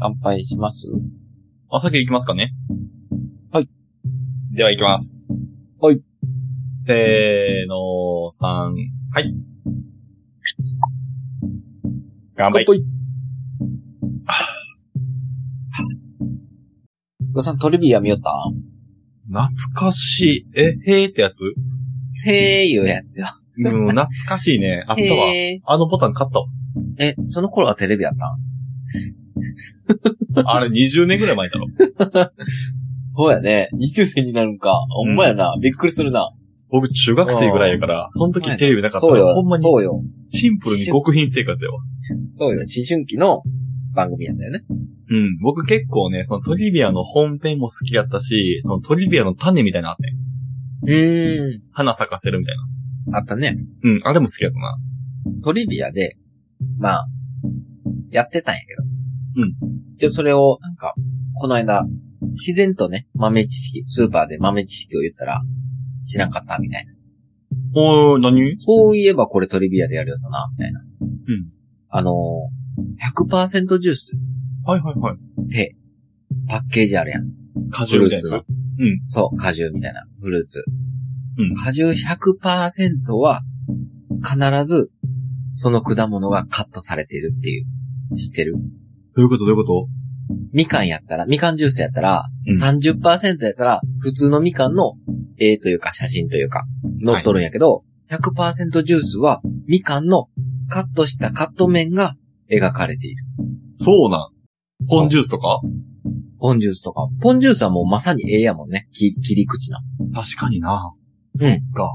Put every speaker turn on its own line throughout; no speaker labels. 乾杯します
あ、先行きますかね。
はい。
では行きます。
はい。
せーの、三、はい。乾杯。
杯ごさん、トリビア見よった
懐かしい。え、へーって やつ
へーいうやつよ。
うん、懐かしいね。あったわ。
へ
あのボタン買ったわ。
ーえ、その頃はテレビやったん
あれ20年ぐらい 前だろ。
そうやね。20世になるんか。ほんまやな。びっくりするな。
僕中学生ぐらいやから、その時テレビなかった
そう
から、
よ。
ほんまに
そうよ。
シンプルに極貧生活よ。
そうよ。思春期の番組やったよね。
うん。僕結構ね、そのトリビアの本編も好きやったし、そのトリビアの種みたいなのあってん。
う
花咲かせるみたいな。
ん。あったね。
うん、あれも好きやったな。
トリビアで、まあ、やってたんやけど。
うん。
じゃそれを、なんか、この間、自然とね、豆知識、スーパーで豆知識を言ったら、知らんかったみたいな。
おー、何
そういえばこれトリビアでやるよだな、みたいな。
うん。
あのー、100%ジュース
はいはいはい。
って、パッケージあるやん。
果
フ
汁
ル
みたい
ー
な
ツ
やつ。
の。
うん。
そう、果汁みたいな、フルーツ。
うん
果汁100%は、必ず、その果物がカットされているっていう。知ってる
どういうことどういうこと
みかんやったら、みかんジュースやったら、
うん
30%やったら、普通のみかんの絵というか写真というか、載っとるんやけど、100%ジュースは、みかんのカットしたカット面が描かれている。
そうなん。ポンジュースとか
ポンジュースとか。ポンジュースはもうまさに絵やもんね。き切り口の。
確かにな。
うん。
か。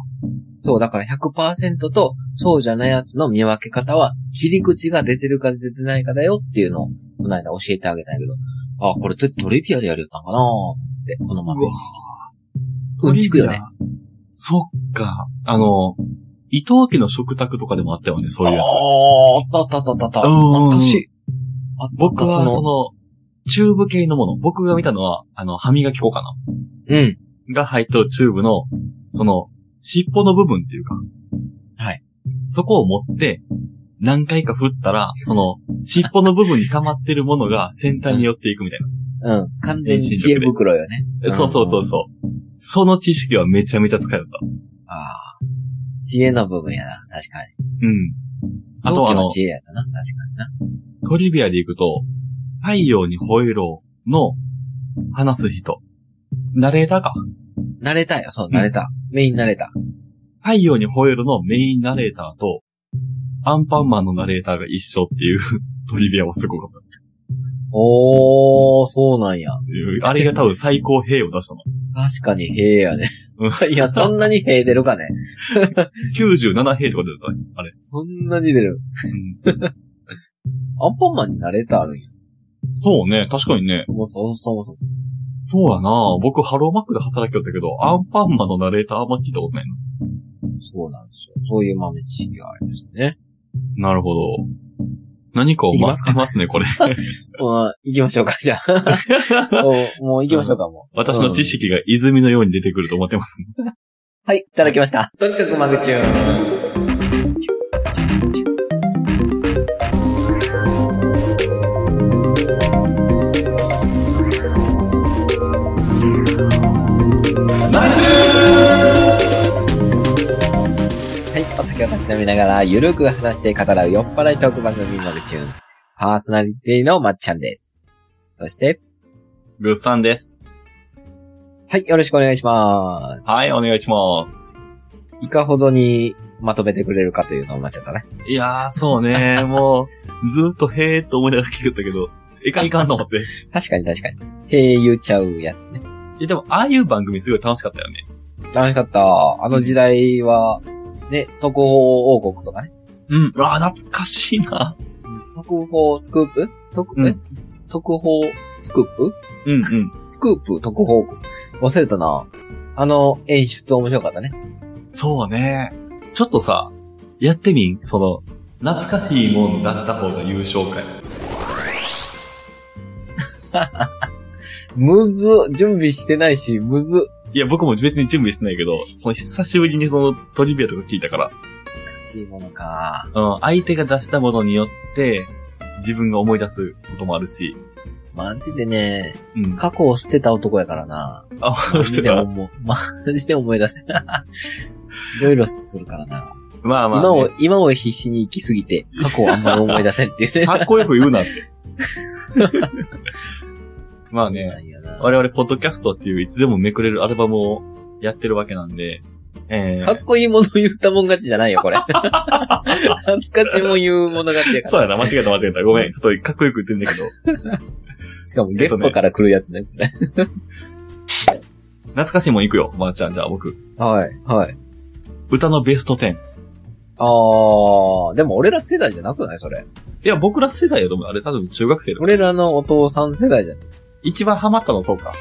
そう、だから100%と、そうじゃないやつの見分け方は、切り口が出てるか出てないかだよっていうのを、この間教えてあげたんやけど、あ、これトトリビアでやるやったんかなって、このまま
うわ
うんちくよね。
そっか。あの、伊藤家の食卓とかでもあったよね、そういうやつ。
ああ、あったあったあったあった。
うんうんうん
懐かしい。あった
僕
そ
は
の
その、チューブ系のもの。僕が見たのは、あの、歯磨き粉かな。
うん。
が入っとるチューブの、その、尻尾の部分っていうか。
はい。
そこを持って、何回か振ったら、その、尻尾の部分に溜まってるものが先端に寄っていくみたいな。
うん。完全に知恵袋よね。うん
そうそうそうそう。その知識はめちゃめちゃ使えた。
ああ。知恵の部分やな、確かに。
うん。あと
同
はあ
期
の
の、知恵やったな、確かにな。
トリビアで行くと、太陽に吠えろの話す人。ナレーターか。
慣れたよ、そう、慣れた。メイン慣れた。
太陽に吠えろのメインナレーターと、アンパンマンのナレーターが一緒っていう トリビアはすごかった。
おー、そうなんや。
あれが多分最高兵を出したの。
確かに平やね
う。
いや、そんなに平出るかね。
97兵とか出てたね。あれ。
そんなに出る。アンパンマンに慣れたあるんや。
そうね、確かにね。
そもそもそもそも。
そうやな僕、ハローマックで働きよったけど、アンパンマンのナレーターあんま聞いたことない
そうなんですよ。そういう豆知識がありましたね。
な。なるほど。何かを待ってますね、これ。
うん、行きましょうか、じゃあ。もう、もう行きましょうか、もう。
私の知識が泉のように出てくると思ってます、ね。
うん。はい、いただきました。とにかくマグチューン。はい、お酒をたしなみながら、ゆるく話して語らう酔っ払いトーク番組マグチューン。パーソナリティのまっちゃんです。そして、
グッさんです。
はい、よろしくお願いします。
はい、お願いします。
いかほどにまとめてくれるかというのをまっちゃったね。
いやー、そう ね、もう、ずーっとへーっと思いながら聞いてたけど、いかんいかんと思って。
確かに確かに。へえ言っちゃうやつね。
いや、でも、ああいう番組すごい楽しかったよね。
楽しかった。あの時代は、ね、特報王国とかね。
うん。うわー、懐かしいな。
特報スクープ特、
うん
え特報スクープ
うんうん。
スクープ特報王国。忘れたな。あの演出面白かったね。
そうね。ちょっとさ、やってみんその、懐かしいもの出した方が優勝かい。
むずっ、準備してないし、むずっ。
いや、僕も別に準備してないけど、その久しぶりにそのトリビアとか聞いたから、
難しいものか。
うん、相手が出したものによって、自分が思い出すこともあるし、
マジでね、
うん。
過去を捨てた男やからな。
あ、
マ
して
ジで
た。
思う、 マジで思い出せ ない。いろいろ捨ててるからな。
まあまあ
今
ね、
を、今を必死に生きすぎて、過去をあんまり思い出せんっていうね。
かっこよく言うなって。まあね、
なんやな
我々、ポッドキャストっていういつでもめくれるアルバムをやってるわけなんで、え
か
ー、
っこいいもの言ったもん勝ちじゃないよ、 これ。懐かしいもん言うもの勝ちやか
そうやな、間違えた間違えた。ごめん、ちょっとかっこよく言ってんだけど、
ら。しかも、ゲットから来るやつね、それ。
懐かしいもん行くよ、まー、ちゃん。じゃあ僕、
はい、はい。
歌のベスト10。
あー、でも俺ら世代じゃなくないそれ。
いや、僕ら世代やと思う。あれ多分中学生だ。
俺らのお父さん世代じゃない
一番ハマったのそうか。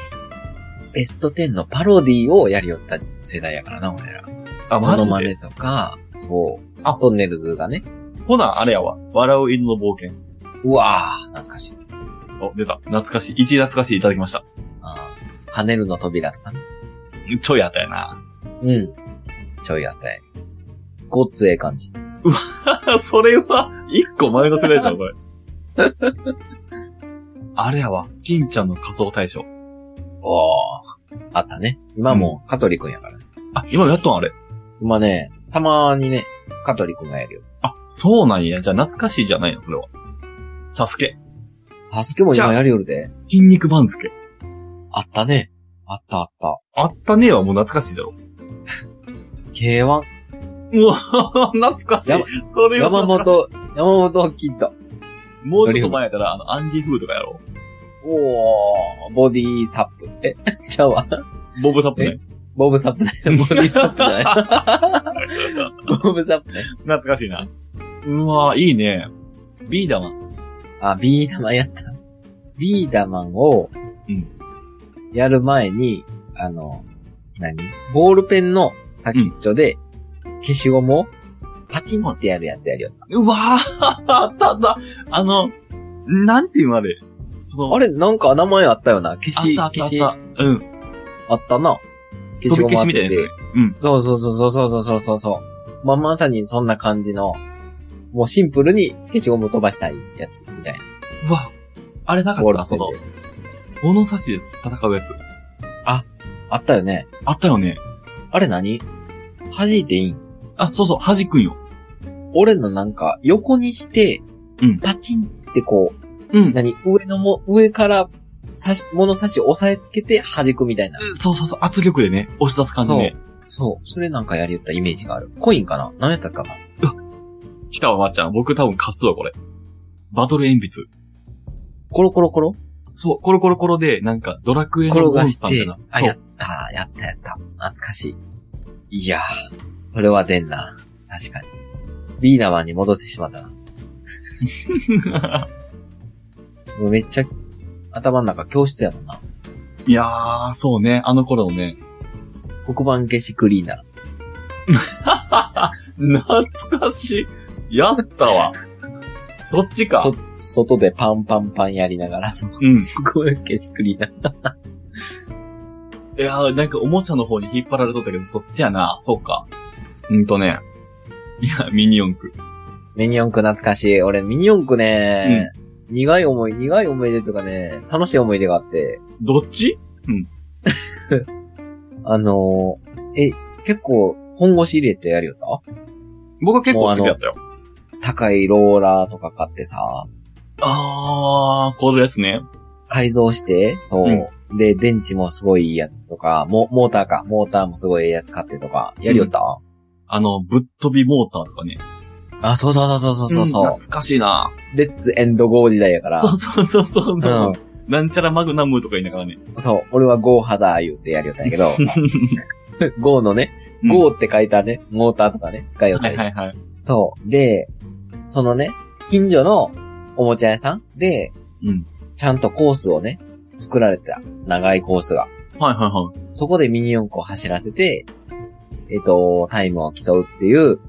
ベスト10のパロディをやりよった世代やからな、俺ら。
あ、
モ
マ
ノ
ジ
マ
で。
ネとか、そう。
あ
トンネルズがね。
ほな、あれやわ。笑う犬の冒険。
うわー、懐かしい。
お、出た。懐かしい。一位懐かしいいただきました。
あー跳ねるの扉とかね。
ちょいあったやな。
うん。ちょいあたり。ごっつええ感じ。
それは、一個前の世代じゃん、それ。 あれやわ。金ちゃんの仮装大賞。
おー。あったね。今もう、香取くんやからね。
あ、今やっとんあれ。
今ね、たまにね、香取くんがやるよ。
あ、そうなんや。じゃあ懐かしいじゃないの、それは。サスケ。
ハスケも今やりよるで。
筋肉番付。
あったね。あったあった。
あったねえわ、もう懐かしいだろ。
K1。
うわ、懐かしい
やば。
それは
山
懐かしい。
本、山本キッド。
もうちょっと前やったら、あの、アンディフーとかやろ。
おー、ボディサップ。え、 ちゃうわ。
ボブサップね。
ボブサップね。ボディサップじゃない。 ボブサップね。
懐かしいな。うわ、いいね。ビーダマン。
あ、ビーダマンやった。ビーダマンを
うん、
やる前に、あの、何ボールペンの先っちょで、消しゴムをパチンってやるやつやるよ。
うわー、あったあった。あの、なんていうのあれ。その、
あれ、なんか名前あったよな。消し、
あった
消
あった
し、
あ
あ
った。うん。
ったな。
飛び消しみたい
あ
な
っ
やつね
て。
うん。
そうそうそうそうそうそうそうそう。まあ、まさにそんな感じの、もうシンプルに消しゴム飛ばしたいやつみたいな。
うわ、あれなか
ボー
っ
ル
たその
ペン、で
物差しで戦うやつ。
あったよね。
あったよね。
あれ何弾いていいん
あ、そうそう、弾くんよ。
俺のなんか、横にして
うん、
パチンってこう、
うん。
何、上のも、上から、刺し、物差し押さえつけて弾くみたいな。
そうそうそう、圧力でね、押し出す感じね。
そう。それなんかやりよったイメージがある。コインかな何やったかな
来たわ、まっちゃん。僕多分勝つわ、これ。バトル鉛筆。
コロコロコロ
そう、コロコロコロで、なんか、ドラクエの
転
モ
が
ンス
し
ターみ
て
たいな。、
あ、
そ
やっ
う。
た、やった、やった。懐かしい。いやー、それは出んな。確かに。ビーナマンに戻ってしまった な。もうめっちゃ、頭の中教室やもんな。
いやー、そうね、あの頃のね。
黒板消しクリーナー。
懐かしい。やったわ。そっちか。
そ、外でパンパンパンやりながら、
うん。
黒板消しクリーナー。
いやー、なんかおもちゃの方に引っ張られとったけど、そっちやな。そうか。うんとね。いや、ミニ四駆。
ミニ四駆懐かしい。俺、ミニ四駆ね、苦い思い、苦い思い出とかね、楽しい思い出があって、
どっち
あのーえ、結構、本腰入れてやるよった
僕は結構好きだったよ。
高いローラーとか買ってさ、
あー、このやつね。
改造して、そう。で、電池もすごいいいやつとか、モモーターか、モーターもすごいいいやつ買ってとか、やりよった、
あの、ぶっ飛びモーターとかね。
あ、そうそうそうそうそうそう、
ん懐かしいな。
レッツエンドゴー時代やから。
そうそうそうそうそう、
う
なんちゃらマグナムとか言いながらね。
ん。そう、俺はゴー派だ、言うてやりよったんやけど、ゴーのね、
うん
ゴーって書いたね、モーターとかね、使いよった
は
り
いはいはい。
そう。で、そのね、近所のおもちゃ屋さんで、
うん。
ちゃんとコースをね、作られた。長いコースが。
はいはいはい。
そこでミニ四駆を走らせて、えっ、と、タイムを競うっていう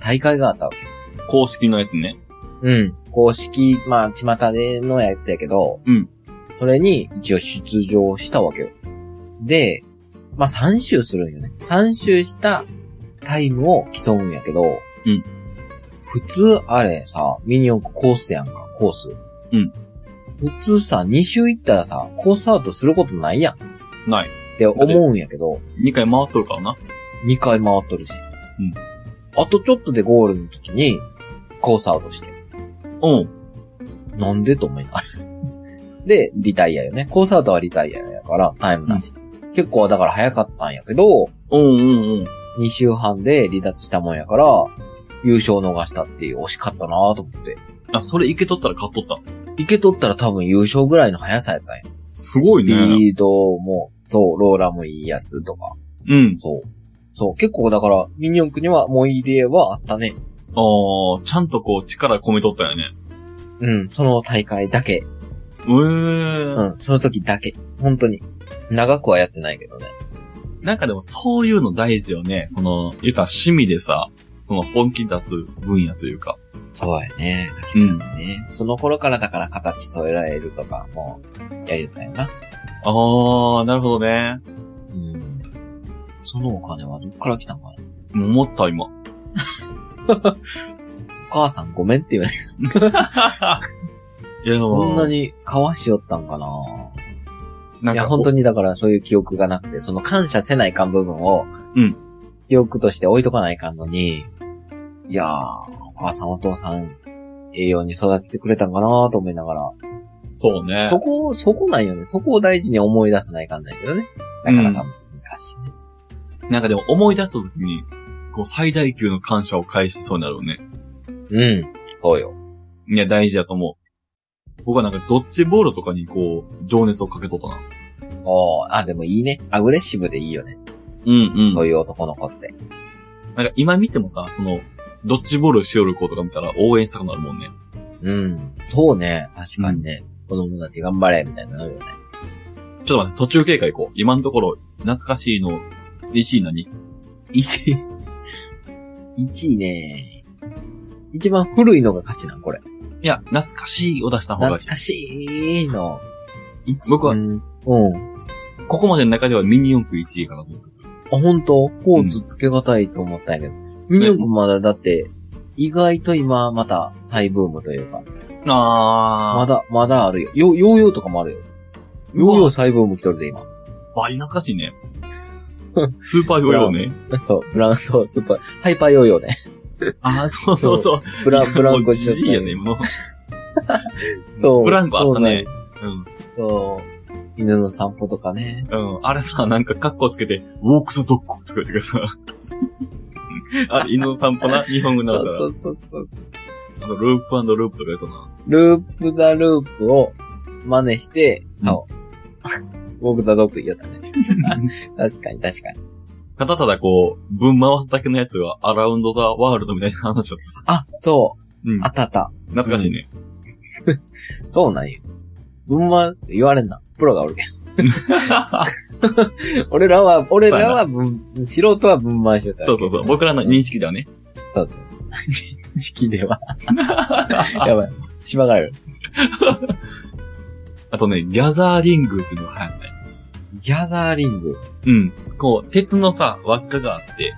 大会があったわけ。
公式のやつね。
うん。公式、まあ、巷でのやつやけど、
うん。
それに一応出場したわけよ。で、まあ、3周するんよね。3周したタイムを競うんやけど、
うん。
普通、あれさ、ミニ四駆コースやんか、コース。
うん。
普通さ、2周行ったらさ、コースアウトすることないやんっ
ない。
て思うんやけど、
2回回っとるからな。
2回回っとるし。
うん。
あとちょっとでゴールの時に、コースアウトして。
うん。
なんでと思いながら。 で、リタイアよね。コースアウトはリタイアやから、タイムなし。結構だから早かったんやけど、
うんうんうん。
2週半で離脱したもんやから、優勝逃したっていう惜しかったなぁと思って。
あ、それいけとったら買っとった。
いけとったら多分優勝ぐらいの速さやったんや。
すごい
ス
ね。
ピードも、そう、ローラーもいいやつとか、
うん。
そう。そう、結構だから、ミニ四駆にはもう入れはあったね。
あー、ちゃんとこう力込めとったよね。
うん、その大会だけ。
えー。
うん、その時だけ。本当に。長くはやってないけどね。
なんかでもそういうの大事よね。その、言ったら趣味でさ、その本気出す分野というか。
そうやね。確
かに
ね。その頃からだから形添えられるとかも、やりたいな。
あー、なるほどね。
うん。そのお金はどっから来たんかな
もう思った今。
お母さんごめんって言われて、
いや、
そんな
に。
にかわしよったんかな
なん
い
か
や、本当にだからそういう記憶がなくて、その感謝せないかん部分を、
うん
記憶として置いとかないかんのに、いやー、お母さんお父さん、栄養に育ててくれたんかなと思いながら、
そうね。
そこを、そこなんよね。そこを大事に思い出さないかんないけどね。なかなか難しいね。
なんかでも思い出した時に、こう最大級の感謝を返しそうになるよね。
うん、そうよ。
いや、大事だと思う。僕はなんかドッジボールとかにこう、情熱をかけとったな。
おーあ、でもいいね。アグレッシブでいいよね。
うんうん。
そういう男の子って。
なんか今見てもさ、その、ドッジボールしよる子とか見たら応援したくなるもんね。
うん。そうね。確かにね。子供たち頑張れ、みたいになるよね。
ちょっと待って、途中経過行こう。今のところ、懐かしいの、1位何
1位。1位ね。一番古いのが勝ちなん、これ。
いや、懐かしいを出した方が
懐
いい。
かしいの。
僕は
うん。うん。
ここまでの中ではミニ四駆1位かなと思ってる。
あ、本当コーツつけがたいと思ったんやけど。ミニ四駆まだだって、意外と今また再ブームというか、
あー。
まだ、まだあるよ。ヨヨーヨーとかもあるよ。
う
ヨ
わ
ーヨー再ブーム来とるで今。
倍懐かしいね。 スーパーヨーヨーね。
そう、ブランそう、スーパー、ハイパーヨーヨー ね。
あー、そうそうそう。
ブラン、ブラン
も
コ
う
しちゃ
じ
っ
じいやね、
た。
もう。
そう
ブランコあったね。うん。
そう、犬の散歩とかね。
うん。あれさ、なんかカッコつけて、ウォークザドッグとか言ってさ。 あれ、犬の散歩な、日本語
そ
直した
う
ら。
そうそうそう。
あの、ループループとか言うとな。
ループザループを真似して、そう。 ウォークザドッグ言ったね。確かに確かに。
ただただこう、ぶん回すだけのやつがアラウンドザワールドみたいな話だっ
あ、そう。
た。うん
あ。ったあった。
懐かしいね。
そうなんよ。うんま、言われんな。プロがおるけど。俺らは、俺らは分、素人は分回してた。
そうそうそう。僕らの認識ではね。
そうそう。 認識では。 やばい。しばがれる。
あとね、ギャザーリングっていうのが流行ったよ
ギャザーリング。
うん。こう、鉄のさ、輪っかがあって、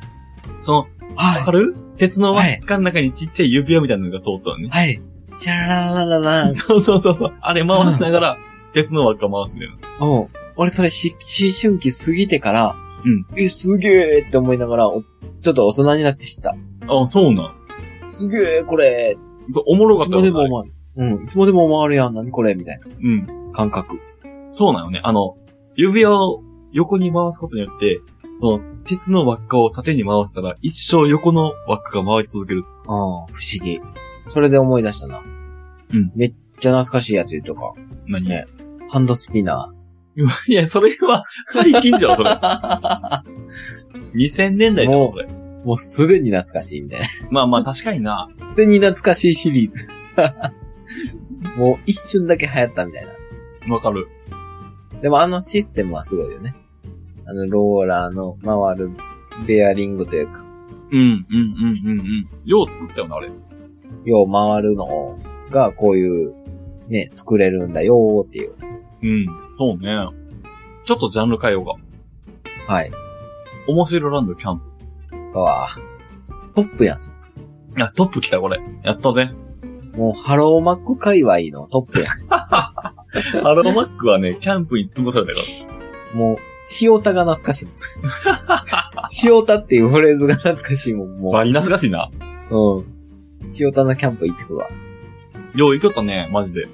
その、
は
わかる鉄の輪っかの中にちっちゃい指輪みたいなのが通ったのね。
はい。シャラララララン。
そうそうそうそう。あれ回しな がら、鉄の輪っか回すみたいな。
うん。俺それし、思春期過ぎてから、
うん。
え、すげえって思いながら、おちょっと大人になって知った。
あ、そうなん。
すげえこれ
そう、おもろ
い
かっ
つ
た
もでも
わ
回る。うん。いつもでも回るやん。何これみたいな
うん。
感覚。
そうなのね。あの、指輪を横に回すことによって、その、鉄の輪っかを縦に回したら、一生横の輪っかが回り続ける。
ああ、不思議。それで思い出したな。
うん
めっちゃ懐かしいやつ言うとか。
何
ねハンドスピナ
いや、それは、最近じゃん、それ。2000年 代じゃん、それ。
ー。もうすでに懐かしいみたいな。
まあまあ、確かにな。
すでに懐かしいシリーズ。 もう一瞬だけ流行ったみたいな。
わかる。
でもあのシステムはすごいよね。あのローラーの回るベアリングというか、
うん、うん、うん、うん、うん。よう作ったよな、あれ。
よう回るのがこういう、ね、作れるんだよーっていう。
うん。そうね。ちょっとジャンル変えようか。
はい。
面白ランドキャンプ。
うわートップやん。
いや、トップ来た、これ。やったぜ。
もうハローマック界隈のトップやん。
ハローマックはね、キャンプに潰されたから。
もう、塩田が懐 かしいもん。塩田っていうフレーズが懐かしいもん、も
バリ懐かしいな。
う。うん。塩田のキャンプ行ってくるわ。
よう行きよったね、マジで。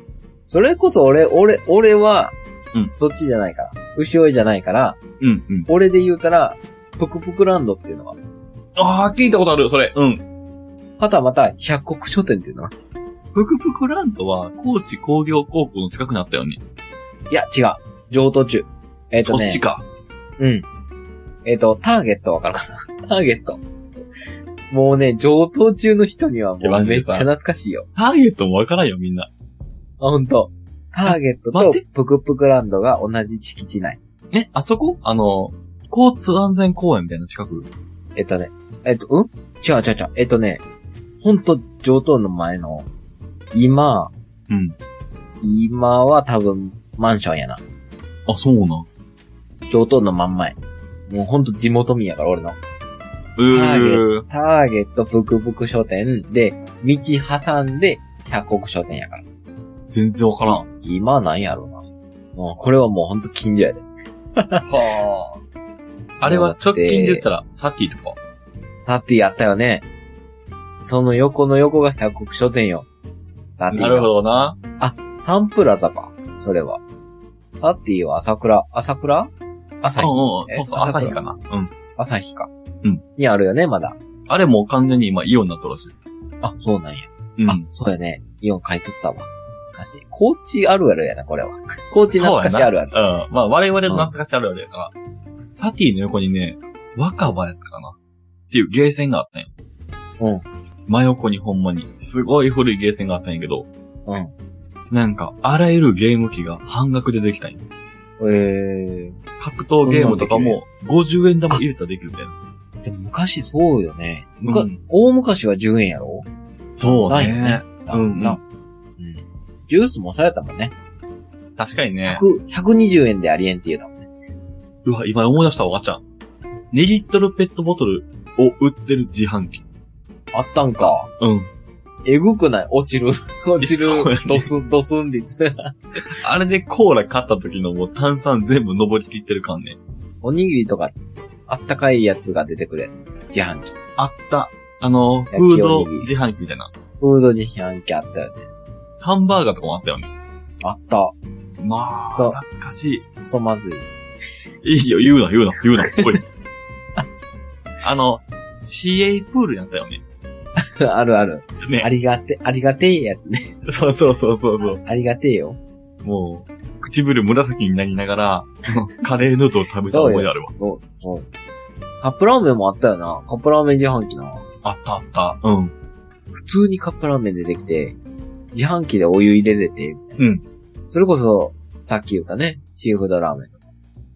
それこそ俺、俺、俺は、
うん
そっちじゃないから。後ろじゃないから、
うん、うん。
俺で言うたら、ぷくぷくランドっていうのが、
ああ、聞いたことある、それ。うん。
はたまた百国書店っていうのが、
ぷくぷくランドは、高知工業高校の近くにあったよね。
いや、違う。上等中。えっ、と
そっ
ね
ち、か。
うん。えっ、と、ターゲットわかるかな ターゲット。もうね、上等中の人にはも
いやマ
う
ジ
めっ
で
ち
さ
ゃ懐かしいよ。
ターゲットもわからんよ、みんな。
あ、ほんと。ターゲット
あ
と
待っ
ぷくぷくランドが同じ敷地内。
え、あそこあの、交通安全公園みたいな近く。
えっとね、えっと、うん違う違う違う。えっとね、ほんと上等の前の、今、
うん。
今は多分マンションやな。
あ、そうなん。
上等の真ん前。もうほんと地元民やから俺の。
うー。
ターゲットぷくぷく書店で、道挟んで百国書店やから。
全然わからん。
今なんやろうな。もうこれはもうほんと近所やで。
は あ。あれは直近で言ったら、サティとか。
サティやったよね。その横の横が百国書店よ。サティ
なる
が。
ほどな。
サンプラザか。それは。サティは朝倉、朝倉朝
うん
日。
うん。
え
そうそう、
朝
朝
倉
日かな。うん。
朝日か。
うん。
にあるよね、まだ。
あれもう完全に今イオンになったらしい。
あ、そうなんや。
う
あ
ん。、
そうやね。イオン買い取ったわ。昔高知あるあるやな、これは。高知懐かしいあるある。
うん。まあ、我々の懐かしいあるあるやから、サティの横にね、若葉やったかなっていうゲーセンがあったんよ。
うん。
真横にほんまに、すごい古いゲーセンがあったんやけど、
うん。
なんか、あらゆるゲーム機が半額でできたんよ。
え
格闘ゲームとかも、50円玉入れたらできるみたいな。
ー。でも昔そうよね。むか
うん
大昔は10円やろ
そう
ないよね
ね。。
な
うんうん
なうん。ジュースもされたもんね。
確かにね。
100 120円でありえんっていうのもんね。
うわ、今思い出したわ、がちゃん。2リットルペットボトルを売ってる自販機。
あったんか。
うん。
えぐくない落 ちる。落ち
そう
る
やね。
ドスン、ドスン率。
あれでコーラ買った時のもう炭酸全部登りきってる感ね。
おにぎりとか、あったかいやつが出てくるやつ。自販機。
あった。あの、
焼き
フー
お
ド
にぎり
自販機みたいな。
フード自販機あったよね。
ハンバーガーとかもあったよね。
あった。
まあ、
そう
懐かし
クソまずい。
い。いいよ、言うな、言うな、言うな。おい。あの、CA プールやったよね。
あるある。
ね
あ。りがて、ありがてえやつね。
そうそうそうそうそう。
ありがてえよ。
もう、唇紫になりながら、 カレーヌードルを食べた思い出あるわ。
そう、そう。カップラーメンもあったよな。カップラーメン自販機な。
あったあった。うん。
普通にカップラーメン出てきて、自販機でお湯入れれて、
うん。
それこそ、さっき言ったね、シーフードラーメンとか、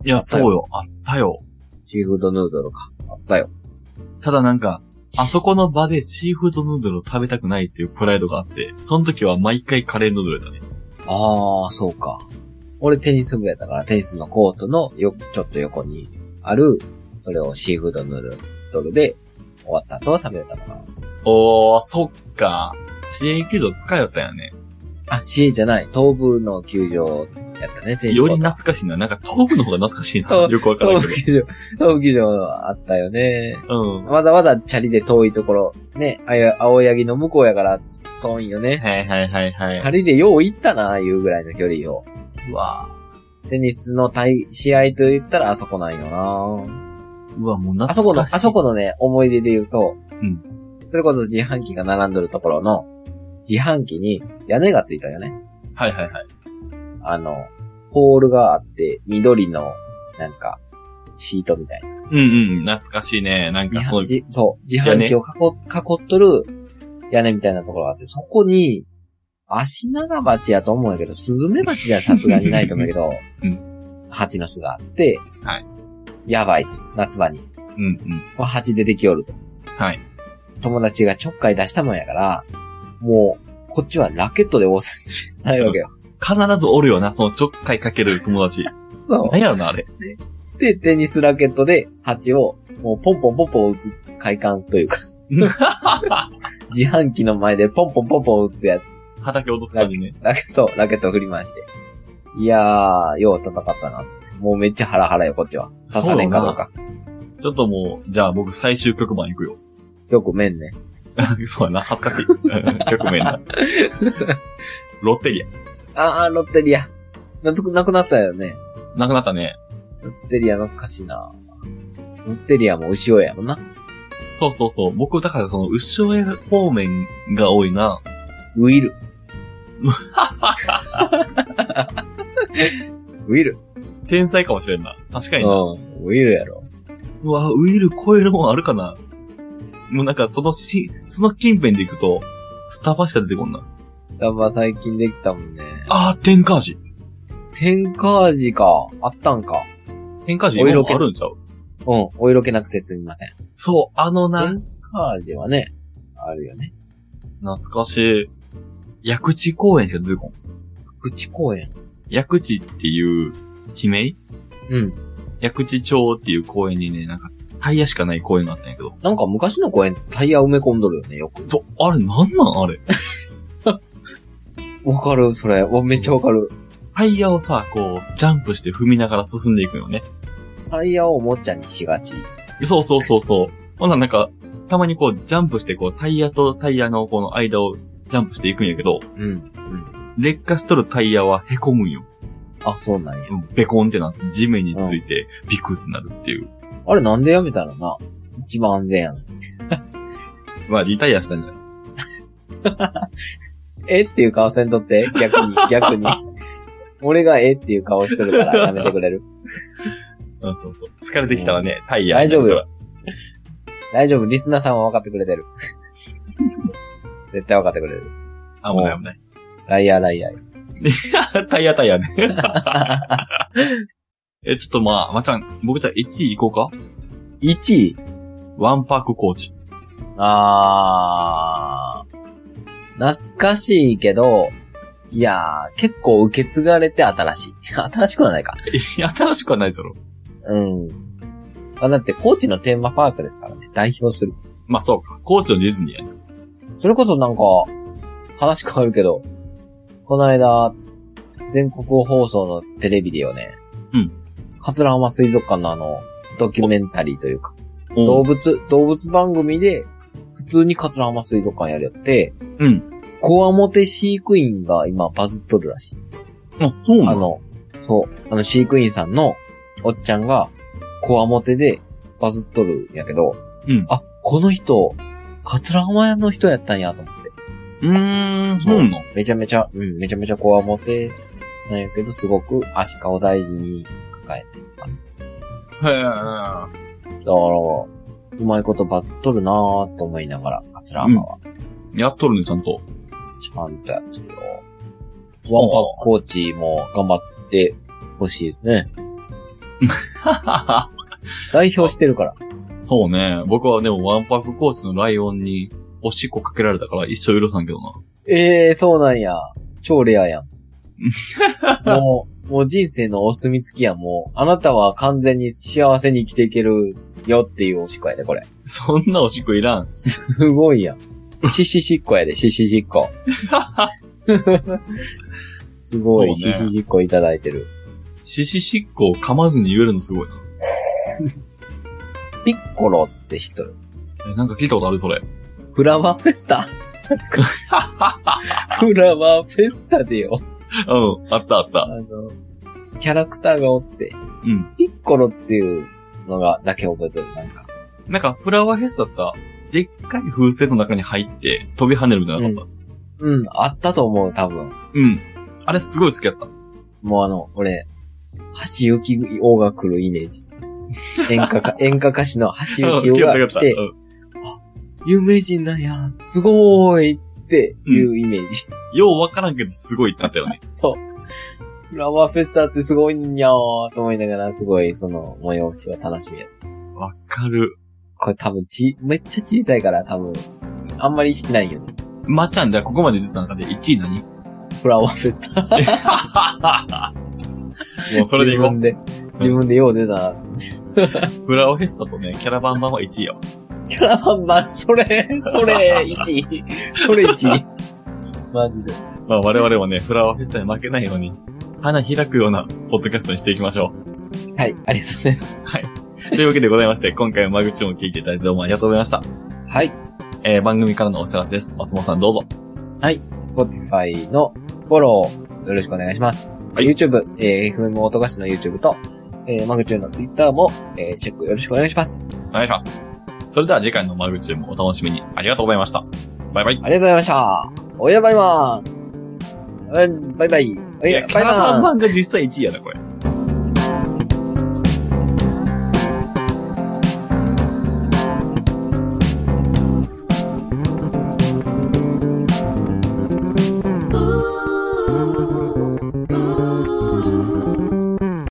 い
あ
や、
った
そう
よ
よ。あったよ。
シーフードヌードルか。あったよ。
ただなんか、あそこの場でシーフードヌードルを食べたくないっていうプライドがあって、その時は毎回カレーヌードルだね。
あー、そうか。俺テニス部やったから、テニスのコートのよ、ちょっと横にある、それをシーフードヌードルで、終わった後は食べれたかな。
おー、そっか。支援球場使いよったよね。
あ、C じゃない、東部の球場やったね、テニスコ
よ
ー
り
ト。
懐かしいな。なんか東部の方が懐かしいな。
そう
よ くわからん
東部
け
球場、東部球場あったよね。
ど。うん。
わざわざチャリで遠いところ、ね、あや、青柳の向こうやから遠いよね。
はいはいはいは
チ
い。
ャリでよう行ったな、いうぐらいの距離を。
うわ
テニスの対、試合と言ったらあそこなんよな
うわ、もう懐か
あ
しい。
そこの、あそこのね、思い出で言うと、
ん
それこそ自販機が並んどるところの、自販機に屋根がついたよね。
はいはいはい。
あの、ポールがあって、緑の、なんか、シートみたいな。
うんうん。懐かしいね。なんかそういう。
じそう、自販機を囲囲っとる屋根みたいなところがあって、そこに、足長鉢やと思うんやけど、スズメバチじゃさすがにないと思うんやけど、
う
蜂の巣があって、
はい
やばいと、夏場に。
うんうん。
これ蜂出てきおると。
はい。
友達がちょっかい出したもんやから、もう、こっちはラケットで応戦するしかないわけよ。
必ずおるよな、そのちょっかいかける友達。
そう。
何やろな、あれ。
で、テニスラケットで蜂を、もうポンポンポンポン打つ、快感というか、自販機の前でポンポンポンポン打つやつ。
畑落とす感じね。
ラケそう、ラケットを振り回して。いやー、よう戦ったな。もうめっちゃハラハラよ、こっちは。刺されんかどうか。
ちょっともう、じゃあ僕最終局番行くよ。
よく面ね。
そうやな、恥ずかしい。 うん局面 だ。ロッテリア。
あー、ロッテリア。なく、なくなったよね。
なくなったね。
ロッテリア懐かしいな。ロッテリアも牛尾やもんな。
そうそうそう。僕、だからその、後ろへ方面が多いな。
ウィル。ウィル。
天才かもしれんな。確か
うん
にな。。
ウィルやろ。
うわ、ウィル超えるもんあるかなもうなんか、そのし、その近辺で行くと、スタバしか出てこんな。
やっぱ最近できたもんね。
あー、天下寺。
天下味か。あったんか。
天下寺
お
今
色
も
気
あるんちゃう
うん。お色気なくてすみません。
そう、あのな、
天下味はね、あるよね。
懐かしい。薬地公園しか出てこん。
口公園。
薬地っていう地名
うん。
薬地町っていう公園にね、なんか、タイヤしかない公園があったんやけど。
なんか昔の公園ってタイヤ埋め込んどるよね、よく。
と、あれ、なんなんあれ。
わかるそれ。わ、めっちゃわかる。
タイヤをさ、こう、ジャンプして踏みながら進んでいくよね。
タイヤをおもちゃにしがち。
そうそうそうそう。ほんならなんか、たまにこう、ジャンプして、こう、タイヤとタイヤのこの間をジャンプしていくんやけど、
うん。
劣化しとるタイヤは凹むんよ。
あ、そうなんや。
うんベコンってなって、地面について、ビクってなるっていう。
あれなんでやめたらな。一番安全やん。
まあ、リタイアしたんじゃない
えっていう顔せんとって、逆に、逆に。俺がえっていう顔してるからやめてくれる。
うん、そうそう。疲れてきたらね、タイヤ。
大丈夫よ。大丈夫、リスナーさんは分かってくれてる。絶対分かってくれる。
あ、もうないもうない。
ライアーライアーよ。
タイヤタイヤ ね。え、ちょっとまあ、まっちゃん、僕じゃあ1位行こうか
1位
ワンパークコーチ。
あー、懐かしいけど、いやー、結構受け継がれて新しい。 新しくはないか。
いや、新しくはないだろ。
うん。まあ、だって、高知のテーマパークですからね、代表する。
まあそうか。コーチのディズニーやね。
それこそなんか、話変わるけど、この間、全国放送のテレビでよね、
うん。
桂浜水族館のあの、ドキュメンタリーというか、動
お
物、動物番組で、普通に桂浜水族館やるやって、
うん。
コアモテ飼育員が今バズっとるらしい。
あ、そうな
あ
の
の、そう、あの飼育員さんのおっちゃんが、コアモテでバズっとるんやけど、
うん
あ、この人、桂浜屋の人やったんやと思って。
うーん、そうなの
めちゃめちゃ、うん、めちゃめちゃコアモテなんやけど、すごく足顔大事に抱えてる感じ
へ
だから、うまいことバズっとるなぁと思いながら、桂浜は。
え。やっとるね、ちゃん と。
ちゃんとやってるよ。ワンパックコーチも頑張ってほしいですね。代表してるから。
そうね。僕はでもワンパークコーチのライオンにおしっこかけられたから一生許さんけどな。
ええー、そうなんや。超レア やん。もう、もう人生のお墨付きやんもう、あなたは完全に幸せに生きていけるよっていうおしっこやで、これ。
そんなおしっこいらん。
すごいやん。シシシッコやで、シシシッ コ。すごい、
そう
シ
ね
シシッコいただいてる。
シシシッコを噛まずに言えるのすごいな。
ピッコロって知っとる。
え、なんか聞いたことあるそれ。
フラワーフェ スタ懐かしい。フラワーフェスタでよ。
うん、あったあっ
あ
た。
の、キャラクターがおって、
うん。
ピッコロっていうのが、だけ覚えてる。なんか、
なんか、フラワーフェスタさ、でっかい風船の中に入って飛び跳ねるみたいなのなかった。
うん、あったと思う、多分。
うん。あれすごい好きやった。
もうあの、俺、橋幸夫が来るイメージ。演歌 歌、演歌歌手の橋
うん
幸夫が来て
う、ん
有名人なんや、すごーいっつって言うイメージ。
ようわからんけどすごいってなったよね。
そう。フラワーフェスタってすごいんやーと思いながら、すごいその催しは楽しみやった
わかる。
これ多分ち、めっちゃ小さいから多分、あんまり意識ないよね。
まっちゃん、じゃあここまで出た中で1位何
フラワーフェスタ。
も うそれでいこ
自分で、自分でよう出たな。
う。フラワーフェスタとね、キャラバン版は1位やわ。
キャラバンマン、それ、それ、1位。それ1位。マジで。
まあ我々はね、フラワーフェスタに負けないように、花開くようなポッドキャストにしていきましょ
はい、ありがとうございます。
う。というわけでございまして、今回も間口も聞いていただいてどうもありがとうございました。
はい、
えー、番組からのお知らせです。松本さんどうぞ。
はい、Spotify のフォローよろしくお願いします。
はい
YouTube、えー、FM 音菓子の YouTube と、えー、マグチューンの Twitter も、えー、チェックよろしくお願いします。
お願いします。それでは次回の間口もお楽しみにありがとうございました。バイバイ。
ありがとうございました。おやばいまーん。うんバイバイ。お
い
や
や、キャ
バイ
ラ
バー
バ
ン
ン。マンが実際1位やな、これ。